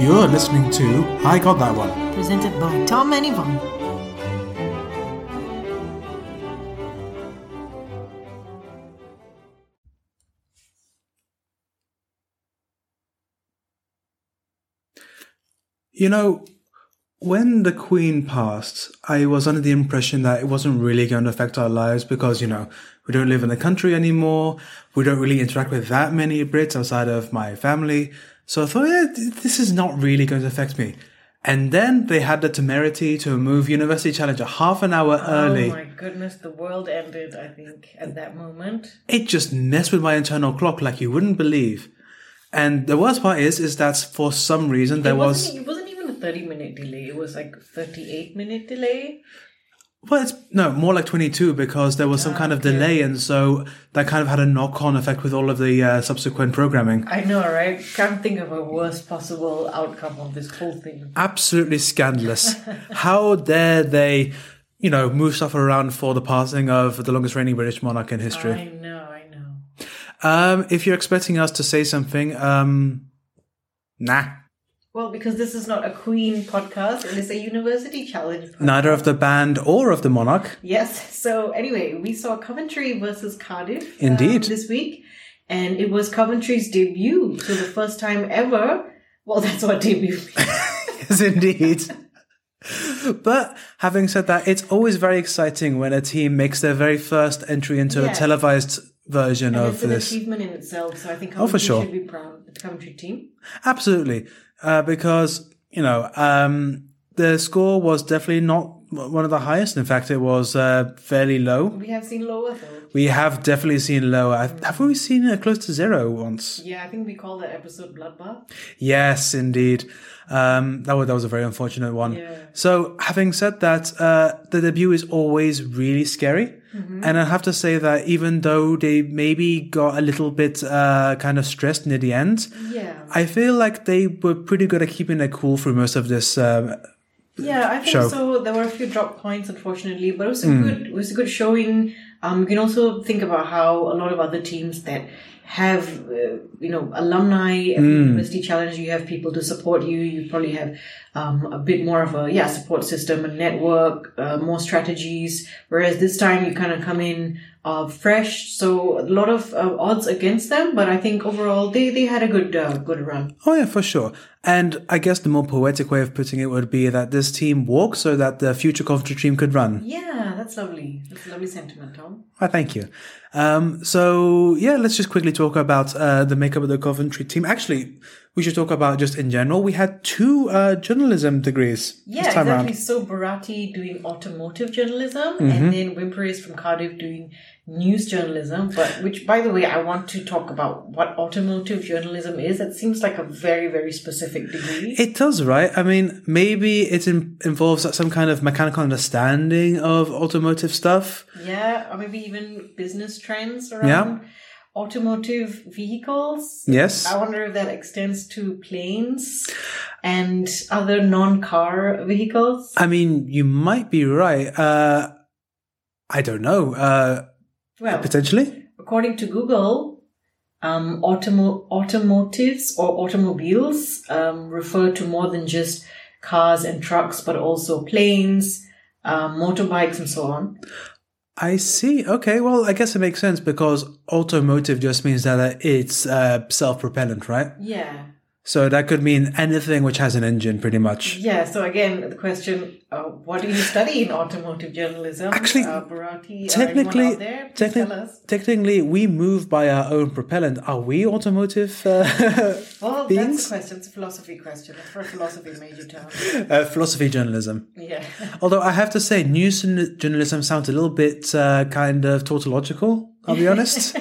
You're listening to I Got That One. presented by Tom and Yvonne. You know, when the Queen passed, I was under the impression that it wasn't really going to affect our lives because, you know, we don't live in the country anymore. We don't really interact with that many Brits outside of my family. So I thought, yeah, th- this is not really going to affect me. And then they had the temerity to move University Challenger half an hour early. Oh my goodness, the world ended, I think, at that moment. it just messed with my internal clock like you wouldn't believe. And the worst part is, is that for some reason there it was. wasn't, it wasn't even a 30 minute delay, it was like 38 minute delay. Well, it's no more like 22 because there was some kind of delay, and so that kind of had a knock on effect with all of the uh, subsequent programming. I know, right? Can't think of a worst possible outcome of this whole thing. Absolutely scandalous. How dare they, you know, move stuff around for the passing of the longest reigning British monarch in I history? know, I know. Um, if you're expecting us to say something, um, nah. Well, because this is not a Queen podcast, it is a University Challenge podcast. Neither of the band or of the monarch. Yes. So anyway, we saw Coventry versus Cardiff um, Indeed. this week, and it was Coventry's debut, so the first time ever. Well, that's what debut. means. Yes, indeed. But having said that, it's always very exciting when a team makes their very first entry into a Yes. televised version And of it's an this. achievement in itself. So I think Oh, Coventry for sure. should be proud of the Coventry team. Absolutely. Uh, because, you know, um, the score was definitely not one of the highest. In fact, it was uh, fairly low. We have seen lower though. We have definitely seen lower. I've- Have we seen it close to zero once? Yeah, I think we call that episode bloodbath. Yes, indeed. Um, that was that was a very unfortunate one. Yeah. So, having said that, uh, the debut is always really scary, and I have to say that even though they maybe got a little bit uh, kind of stressed near the end, Yeah, I feel like they were pretty good at keeping it cool for most of this. Um, yeah, I think Show. so. There were a few drop points, unfortunately, but it was a good, it was a good showing. Um, you can also think about how a lot of other teams that have, uh, you know, alumni at the university challenge. You have people to support you. You probably have um, a bit more of a yeah support system, a network, uh, more strategies. Whereas this time you kind of come in uh, fresh, so a lot of uh, odds against them. But I think overall they they had a good uh, good run. oh yeah, for sure. And I guess the more poetic way of putting it would be that this team walked so that the future Coventry team could run. Yeah, that's lovely. That's a lovely sentiment, Tom. Why, thank you. Um, so yeah, let's just quickly talk about uh, the makeup of the Coventry team. Actually, we should talk about just in general. We had two uh, journalism degrees Yeah, this time exactly. around. Mm-hmm. So Barati doing automotive journalism, and then Wimper is from Cardiff doing news journalism. But which, by the way, I want to talk about what automotive journalism is. It seems like a very, very specific degree. It does, right? I mean, maybe it in- involves some kind of mechanical understanding of automotive stuff. yeah, or maybe even business trends around automotive vehicles. Yes. I wonder if that extends to planes and other non-car vehicles. I mean, you might be right. Uh, I don't know. Uh, Well, potentially. according to Google, um, automo- automotives or automobiles um, refer to more than just cars and trucks, but also planes, um, motorbikes, and so on. I see. Okay. Well, I guess it makes sense because automotive just means that it's uh, self-propellant, right? Yeah. So that could mean anything which has an engine, pretty much. Yeah, so again, the question uh, what do you study in automotive journalism? Actually, uh, Bharati, or anyone Technically, out there, please techni- tell us. technically, we move by our own propellant. Are we automotive? Uh, Well, beings? that's a question, it's a philosophy question. That's for a philosophy major term. uh, philosophy journalism. Yeah. Although I have to say, news journ- journalism sounds a little bit uh, kind of tautological. I'll be honest.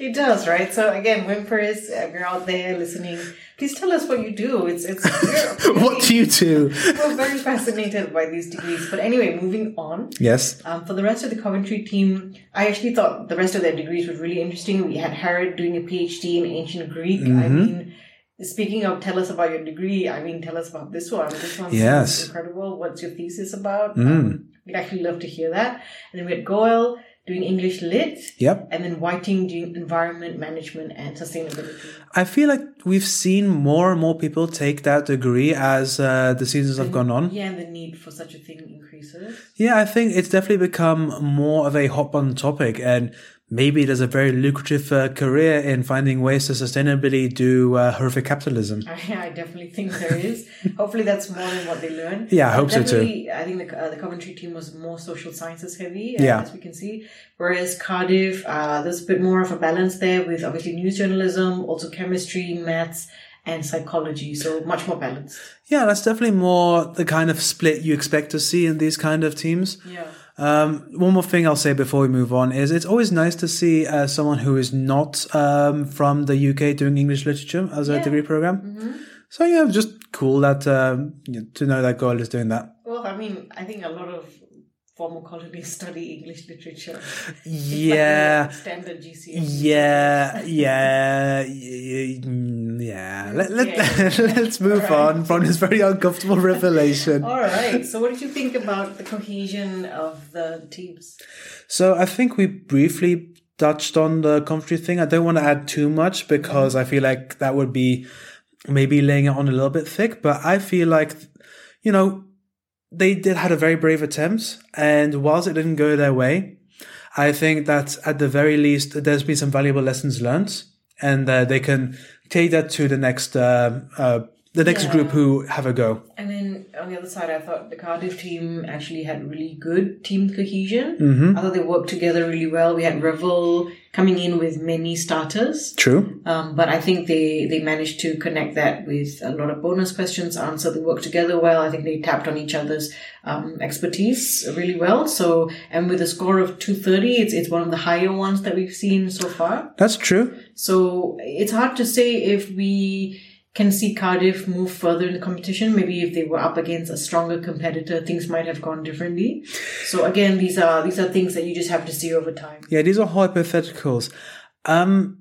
It does, right? So again, Whimpers, if you're out there listening, please tell us what you do. It's it's we're, what do you do? we're very fascinated by these degrees. But anyway, moving on. Yes. Um, for the rest of the Coventry team, I actually thought the rest of their degrees were really interesting. We had Harrod doing a PhD in ancient Greek. I Mm-hmm. mean, speaking of tell us about your degree, I mean, tell us about this one. This one's Yes. Mm. incredible. What's your thesis about? Um, we'd actually love to hear that. And then we had Goyle doing English Lit, Yep. and then Whiting doing Environment Management and Sustainability. I feel like we've seen more and more people take that degree as uh, the seasons have gone on. Yeah, and the need for such a thing increases. Yeah, I think it's definitely become more of a hot button topic, and maybe there's a very lucrative uh, career in finding ways to sustainably do uh, horrific capitalism. I, I definitely think there is. Hopefully, that's more than what they learn. Yeah, I hope so too. Definitely, I think the, uh, the Coventry team was more social sciences heavy, uh, Yeah. as we can see. Whereas Cardiff, uh, there's a bit more of a balance there with obviously news journalism, also chemistry, maths, and psychology. So much more balanced. Yeah, that's definitely more the kind of split you expect to see in these kind of teams. Yeah. Um, one more thing I'll say before we move on is it's always nice to see uh, someone who is not um, from the UK doing English literature as a Yeah. degree program. So yeah, just cool that um, you know, to know that girl is doing that. Well, I mean, I think a lot of former colonies study English literature. Yeah. Standard GCSE. Yeah, yeah, y- y- mm, yeah. Let, let, Okay. let's move Alright. on from this very uncomfortable revelation. All right. So, what did you think about the cohesion of the teams? So I think we briefly touched on the commentary thing. I don't want to add too much because I feel like that would be maybe laying it on a little bit thick, but I feel like, you know, they did had a very brave attempt and whilst it didn't go their way, I think that at the very least, there's been some valuable lessons learned and uh, they can take that to the next, uh, uh, the next Yeah. group who have a go. And then on the other side, I thought the Cardiff team actually had really good team cohesion. I thought they worked together really well. We had Revel coming in with many starters, True. um, but I think they, they managed to connect that with a lot of bonus questions answered. They worked together well. I think they tapped on each other's um, expertise really well. So, and with a score of 230, it's, it's one of the higher ones that we've seen so far. That's true. So it's hard to say if we can see Cardiff move further in the competition. Maybe if they were up against a stronger competitor, things might have gone differently. So again, these are these are things that you just have to see over time. Yeah, these are hypotheticals. Um,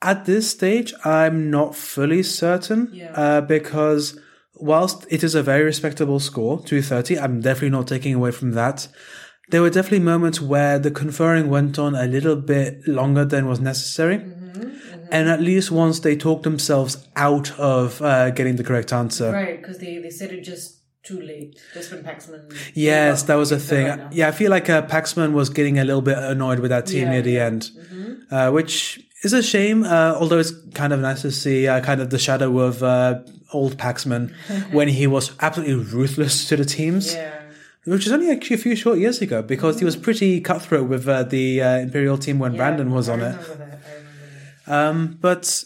at this stage, I'm not fully certain Yeah. uh, because whilst it is a very respectable score, 230, I'm definitely not taking away from that. There were definitely moments where the conferring went on a little bit longer than was necessary. And at least once they talked themselves out of uh, getting the correct answer. Right, because they, they said it just too late, just when Paxman. Yes, that was a It's all thing. right now. Yeah, I feel like uh, Paxman was getting a little bit annoyed with that team Yeah, near the yeah. Mm-hmm. end, uh, which is a shame. Uh, although it's kind of nice to see uh, kind of the shadow of uh, old Paxman when he was absolutely ruthless to the teams, Yeah. Mm-hmm. which is only actually a few short years ago because he was pretty cutthroat with uh, the uh, Imperial team when Brandon was I on it. remember that, I remember that. Um, but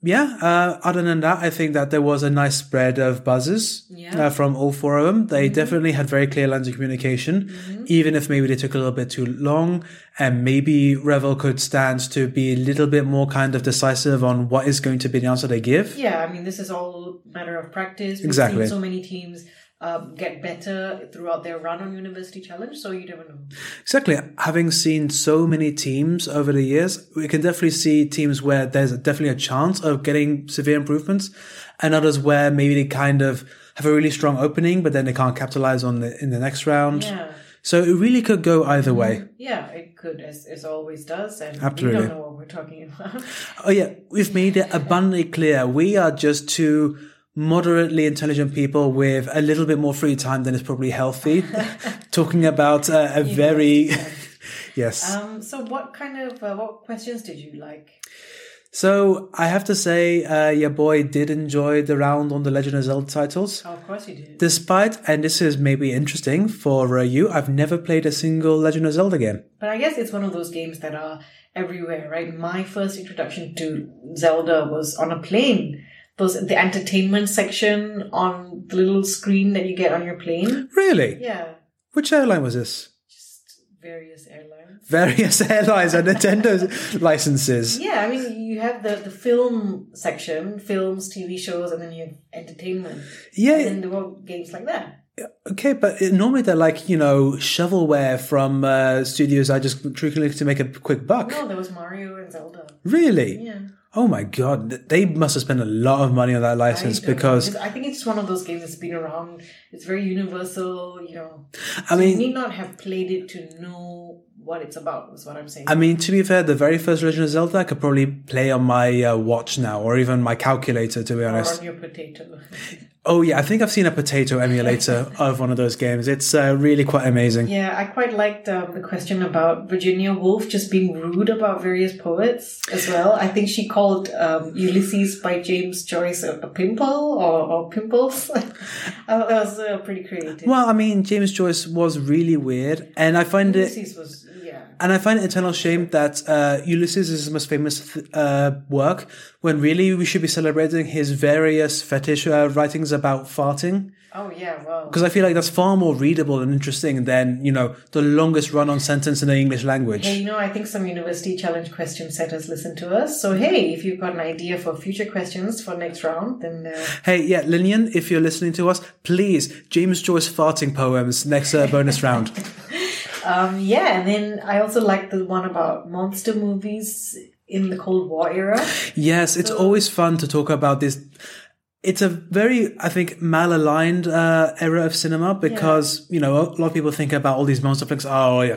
yeah, uh, other than that, I think that there was a nice spread of buzzes Yeah. uh, from all four of them. They definitely had very clear lines of communication, even if maybe they took a little bit too long. And maybe Revel could stand to be a little bit more kind of decisive on what is going to be the answer they give. Yeah, I mean, this is all matter of practice. We've Exactly. seen so many teams um, get better throughout their run on University Challenge, so you never know. Exactly. Having seen so many teams over the years, we can definitely see teams where there's definitely a chance of getting severe improvements and others where maybe they kind of have a really strong opening, but then they can't capitalize on the, in the next round. Yeah. Mm-hmm. So it really could go either way. Yeah, it could, as, as always does, and we Absolutely. don't know what we're talking about. Oh yeah. We've made it abundantly clear. We are just two moderately intelligent people with a little bit more free time than is probably healthy talking about uh, a very, yes. um, so, what kind of uh, what questions did you like? So I have to say, uh, your boy did enjoy the round on the Legend of Zelda titles. Oh, of course, you did. Despite, and this is maybe interesting for uh, you, I've never played a single Legend of Zelda game. But I guess it's one of those games that are everywhere, right? My first introduction to Zelda was on a plane. Those the entertainment section on the little screen that you get on your plane. Really? Yeah, Which airline was this? just various airlines. Various airlines and Nintendo licenses. Yeah, I mean, you have the, the film section, films, TV shows, and then you have entertainment. Yeah, And then there were games like that. okay, but it, normally they're like, you know, shovelware from uh, studios I just trickling to make a quick buck. No, there was Mario and Zelda. Really? Yeah. Oh my god, th- they must have spent a lot of money on that license I don't know. because, I think it's one of those games that's been around. It's very universal, you know. I You mean, need not have played it to know what it's about. Is what I'm saying. I mean, to be fair, the very first Legend of Zelda I could probably play on my uh, watch now, or even my calculator. To be Or honest, on your potato. oh yeah, I think I've seen a potato emulator of one of those games. It's uh, really quite amazing. yeah, I quite liked um, the question about Virginia Woolf just being rude about various poets as well. I think she called um, Ulysses by James Joyce a, a pimple or, or pimples. uh, that was uh, pretty creative. Well, I mean, James Joyce was really weird, and I find it. Ulysses was yeah. And I find it eternal shame that uh, Ulysses is his most famous th- uh, work, when really we should be celebrating his various fetish uh, writings about farting. Oh yeah, well. Because I feel like that's far more readable and interesting than, you know, the longest run on sentence in the English language. Hey, you know, I think some university challenge question setters listen to us. So, hey, if you've got an idea for future questions for next round, then uh, Hey, yeah, Linian, if you're listening to us, please, James Joyce farting poems next uh, bonus round. um, yeah. And then I also like the one about monster movies in the Cold War era. Yes, it's always fun to talk about this. It's a very, I think, malaligned uh, era of cinema because you know a lot of people think about all these monster flicks. Oh, yeah,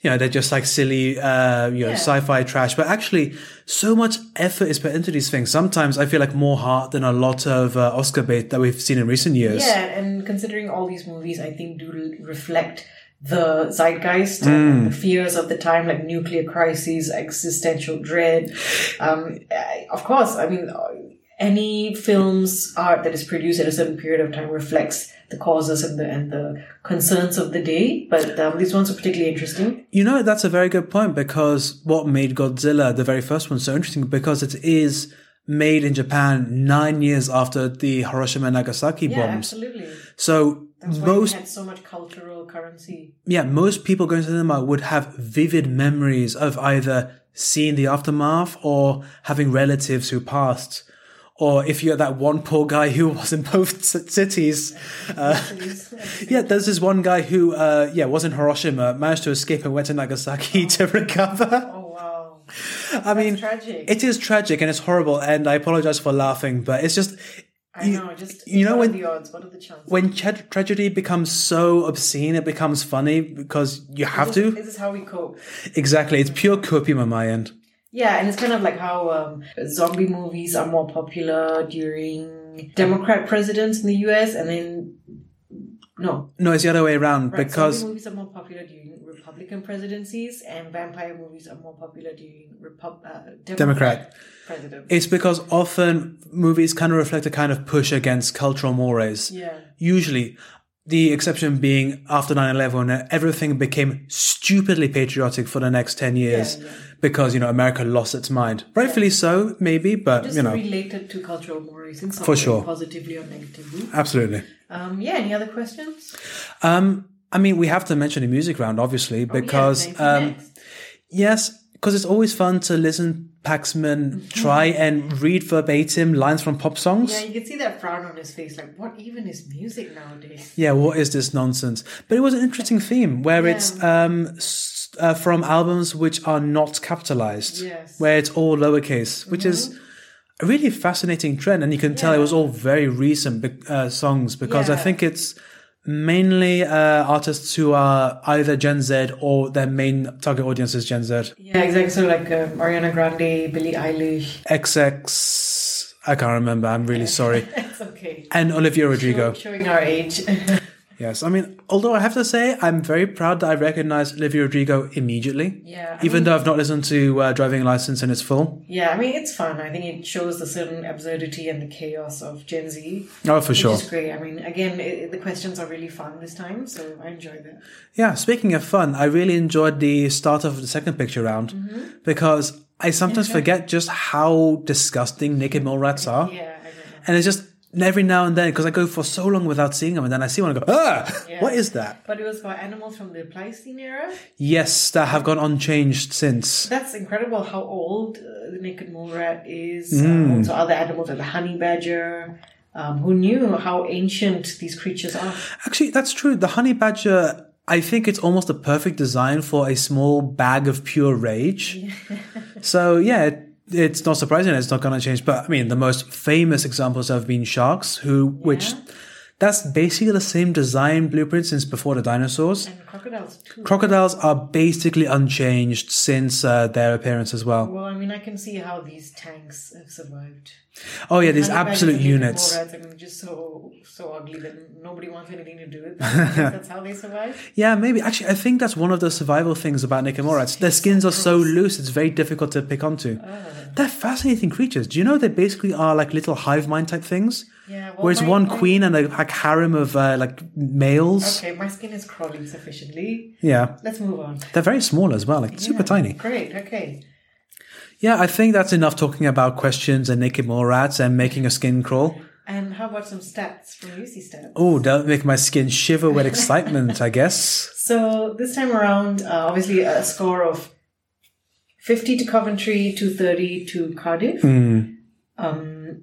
you know they're just like silly, uh, you know, Yeah. sci-fi trash. But actually, so much effort is put into these things. Sometimes I feel like more heart than a lot of uh, Oscar bait that we've seen in recent years. Yeah, and considering all these movies, I think do re- reflect the zeitgeist, Hmm. the fears of the time, like nuclear crises, existential dread. Um, I- of course, I mean, uh, any film's art that is produced at a certain period of time reflects the causes and the and the concerns of the day. But um, these ones are particularly interesting. You know, that's a very good point because what made Godzilla, the very first one, so interesting because it is made in Japan nine years after the Hiroshima and Nagasaki Yeah, bombs. absolutely. So That's why most we had so much cultural currency. yeah, most people going to the cinema would have vivid memories of either seeing the aftermath or having relatives who passed. Or if you're that one poor guy who was in both c- cities, uh, yeah, there's this one guy who, uh, yeah, was in Hiroshima, managed to escape and went to Nagasaki to recover. Oh wow, I mean, tragic. it is tragic and it's horrible, and I apologize for laughing, but it's just I know. Just you know what are when- the odds? What are the chances? when tra- tragedy becomes so obscene, it becomes funny because you have This- to. This is how we cope. Exactly, it's pure copium on my end. Yeah, and it's kind of like how um, zombie movies are more popular during Democrat presidents in the US, and then no, No, it's the other way around right, because zombie movies are more popular during Republican presidencies, and vampire movies are more popular during Repub- uh, Democrat, Democrat. presidents. it's because often movies kind of reflect a kind of push against cultural mores. yeah, Usually, the exception being after 9 11 when everything became stupidly patriotic for the next 10 years yeah. because, you know, America lost its mind. Rightfully so, maybe, but, just you know, related to cultural mores in some For way, sure. positively or negatively. absolutely. Um, yeah, any other questions? Um, I mean, we have to mention the music round, obviously, because Oh, yeah, thanks. um, Next. yes, because it's always fun to listen Paxman try and read verbatim lines from pop songs. Mm-hmm. yeah, you can see that frown on his face. Like, what even is music nowadays? Yeah, what is this nonsense? But it was an interesting theme where it's um, s- uh, from albums which are not capitalized, Yes. Mm-hmm. where it's all lowercase, which is a really fascinating trend. And you can tell it was all very recent be- uh, songs because I Yeah. think it's mainly uh, artists who are either Gen Z or their main target audience is Gen Z. Yeah, exactly. So like um, Ariana Grande, Billie Eilish. XX, I can't remember, I'm really sorry. It's okay. And Olivia Rodrigo. Showing our age. Yes, I mean, although I have to say, I'm very proud that I recognized Olivia Rodrigo immediately. Yeah, I Even mean- though I've not listened to uh, Driving License in its full. yeah, I mean it's fun. I think it shows the certain absurdity and the chaos of Gen Z. Oh, for which sure. is great. I mean, again, it, the questions are really fun this time, so I enjoy that. Yeah, speaking of fun, I really enjoyed the start of the second picture round Mm-hmm. because I sometimes forget just how disgusting naked mole rats are. Yeah, I know. And it's just every now and then, because I go for so long without seeing them, and then I see one and go, ah, what is that? But it was for animals from the Pleistocene era. Yes, that have gone unchanged since. That's incredible how old uh, the naked mole rat is. Mm. Um, so other animals like the honey badger. Um, who knew how ancient these creatures are? Actually, that's true. The honey badger, I think it's almost the perfect design for a small bag of pure rage. so yeah, it, it's not surprising it's not going to change. But I mean, the most famous examples have been sharks, who which That's basically the same design blueprint since before the dinosaurs. And crocodiles too. Crocodiles are basically unchanged since uh, their appearance as well. well, I mean, I can see how these tanks have survived. Oh yeah, these I think absolute actually the units. Morats are just so so ugly that nobody wants anything to do with them. That's how they survive. Yeah, maybe. Actually, I think that's one of the survival things about Nicomorats. Their skins are so loose, it's very difficult to pick onto. Oh. They're fascinating creatures. Do you know they basically are like little hive mind type things? Yeah, well, Where it's Oh my- one my- queen and a like, harem of uh, like males. Okay, my skin is crawling sufficiently. Yeah. Let's move on. They're very small as well, like super Yeah, tiny. Great. Okay. Yeah, I think that's enough talking about questions and naked mole rats and making a skin crawl. And how about some stats from UC Stats? Oh, that would make my skin shiver with excitement, I guess. So this time around, uh, obviously a score of 50 to Coventry, 230 to Cardiff. Hmm. Um,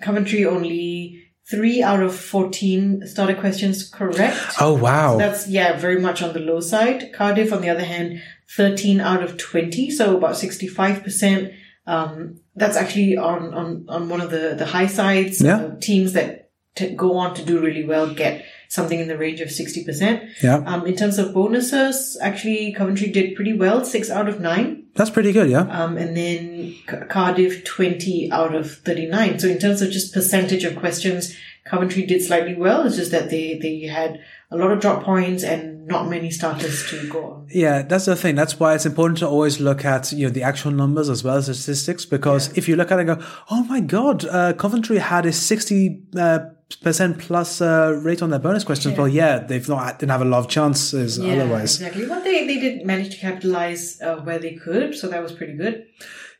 Coventry only 3 out of 14 starter questions correct. Oh, wow. That's, yeah, very much on the low side. Cardiff, on the other hand, 13 out of 20, so about 65%. Um, that's actually on, on, on one of the, the high sides. Yeah. Uh, teams that t- go on to do really well get something in the range of 60%. Yeah, Um, in terms of bonuses, actually, Coventry did pretty well, six out of nine. that's pretty good, yeah. Um, and then C- Cardiff, 20 out of 39. So in terms of just percentage of questions, Coventry did slightly well. It's just that they, they had a lot of drop points and not many starters to go on. Yeah, that's the thing. That's why it's important to always look at you know the actual numbers as well as the statistics because if you look at it and go, oh my god, uh, Coventry had a sixty uh, percent plus uh, rate on their bonus questions. Well, yeah, they've not didn't have a lot of chances otherwise. exactly. But they, they did manage to capitalize uh, where they could, so that was pretty good.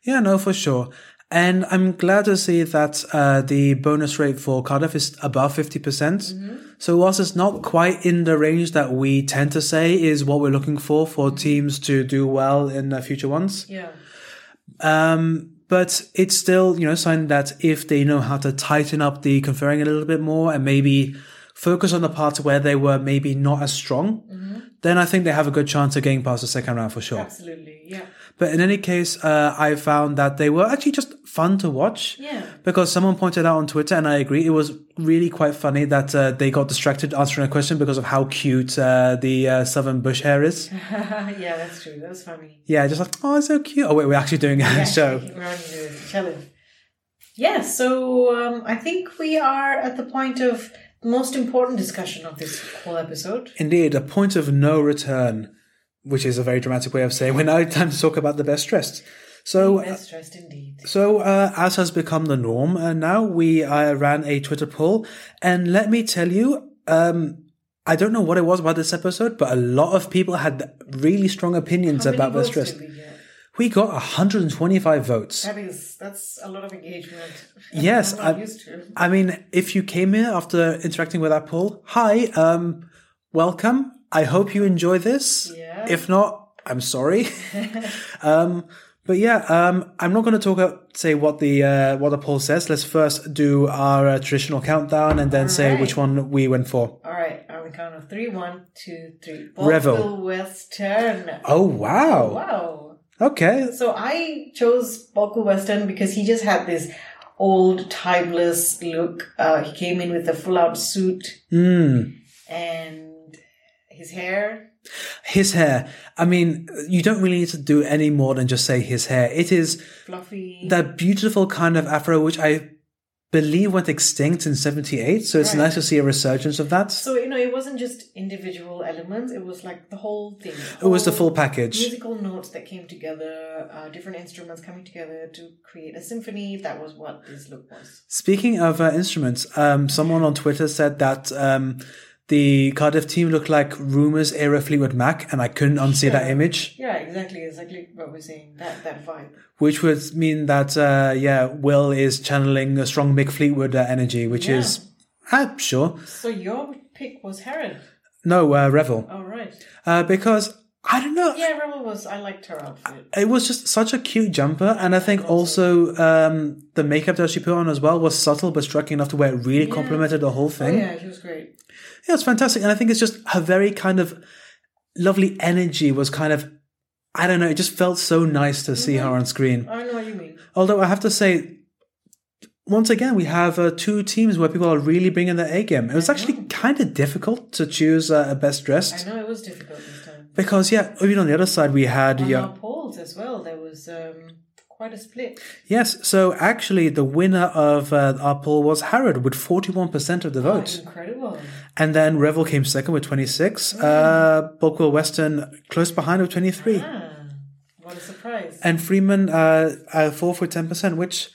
Yeah, no, for sure. And I'm glad to see that uh, the bonus rate for Cardiff is above 50%. percent So whilst it's not quite in the range that we tend to say is what we're looking for for teams to do well in uh, future ones, Yeah. but it's still you know a sign that if they know how to tighten up the conferring a little bit more and maybe focus on the parts where they were maybe not as strong then i think they have a good chance of getting past the second round for sure Absolutely. Mm-hmm. Yeah. but in any case uh, i found that they were actually just fun to watch Yeah. because someone pointed out on twitter and i agree it was really quite funny that uh, they got distracted answering a question because of how cute uh, the uh, southern bush hair is yeah, that's true. That was funny. yeah just like oh it's so cute oh wait we're actually doing a show We're on the challenge. Yeah, so um, I think we are at the point of the most important discussion of this whole episode. Indeed, a point of no return, which is a very dramatic way of saying we're now time to talk about the best dressed. So, Best dressed indeed. so uh, as has become the norm, uh, now we uh, ran a Twitter poll, and let me tell you, um, I don't know what it was about this episode, but a lot of people had really strong opinions How many about best votes dressed. did we get? We got 125 votes. That is that's a lot of engagement. Yes, I'm not I- used to. I mean, if you came here after interacting with our poll, hi, um, welcome. I hope you enjoy this. Yeah. If not, I'm sorry. um, but yeah, um, I'm not going to talk about say what the uh, what the poll says. Let's first do our uh, traditional countdown and then say Alright. which one we went for. All right, on the count of three, one, two, three. Revel. Bothwell Western. Oh wow! Wow. Okay, So I chose Boku Western because he just had this old, timeless look. Uh, he came in with a full-out suit Hmm. and his hair. his hair. I mean, you don't really need to do any more than just say his hair. It is fluffy. that beautiful kind of afro which I believe went extinct in 78 so it's nice to see a resurgence of that so you know, it wasn't just individual elements; it was like the whole thing. it was the full package musical notes that came together, uh, different instruments coming together to create a symphony. That was what this look was. speaking of uh, instruments um, someone on twitter said that um, the cardiff team looked like rumors era fleetwood mac and i couldn't unsee that image Yeah, exactly, exactly what we're saying. That that vibe. which would mean that uh, yeah will is channeling a strong mick fleetwood uh, energy which is ah, sure So your pick was Heron. no uh, revel All right. uh, because i don't know Yeah, Rebel was. I liked her outfit. it was just such a cute jumper and i think also um, the makeup that she put on as well was subtle but striking enough to where it really complemented the whole thing Oh, Yeah, she was great. yeah it's fantastic and i think it's just her very kind of lovely energy was kind of i don't know Mm-hmm. it just felt so nice to see her on screen I know what you mean. although i have to say once again, we have uh, two teams where people are really bringing their A game. It was actually kind of difficult to choose uh, a best I dressed know it was difficult this time. because, yeah, even on the other side, we had On yeah, our polls as well, there was um, quite a split. yes. So actually, the winner of uh, our poll was Harrod with forty-one percent of the votes. Incredible. And then Revel came second with 26. Uh, Bulkwell Weston close behind with 23. Ah, what a surprise. And Freeman uh, uh, fourth with 10%, which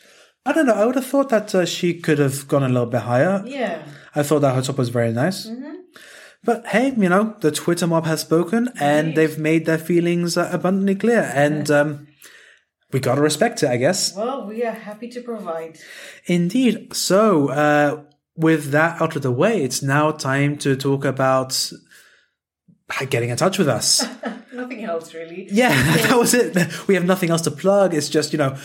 I don't know. I would have thought that uh, she could have gone a little bit higher. Yeah. I thought that her top was very nice. But hey, you know, the Twitter mob has spoken and they've made their feelings uh, abundantly clear. And um, we got to respect it, I guess. Well, we are happy to provide. Indeed. So, uh, with that out of the way, it's now time to talk about getting in touch with us. Nothing else really. Yeah, that was it. We have nothing else to plug. It's just, you know,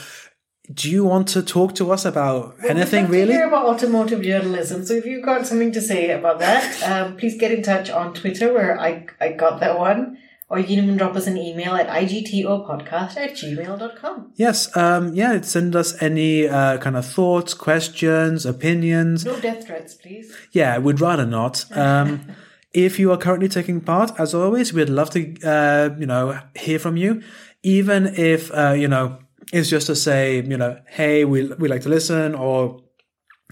do you want to talk to us about anything We'd love To really? hear about automotive journalism. So if you've got something to say about that, um, please get in touch on Twitter where I, I got that one. Or you can even drop us an email at igtopodcast at gmail.com. Yes, um, yeah, send us any uh, kind of thoughts, questions, opinions. No death threats, please. Yeah, we'd rather not. Um, if you are currently taking part, as always, we'd love to, uh, you know, hear from you. Even if, uh, you know, it's just to say, you know, hey, we, we like to listen or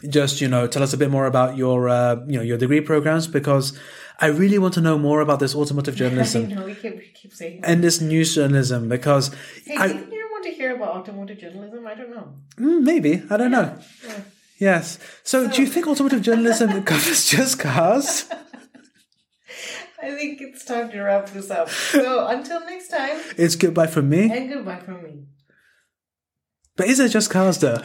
just, you know, tell us a bit more about your, uh, you know, your degree programs because I really want to know more about this automotive I journalism know we keep, we keep saying that. and this news journalism because Hey, I, didn't you want to hear about automotive journalism? I don't know. Mm, maybe, I don't know. Yes. So, do you think automotive journalism covers just cars? I think it's time to wrap this up. So until next time, It's goodbye from me. and goodbye from me. But is it just cars though?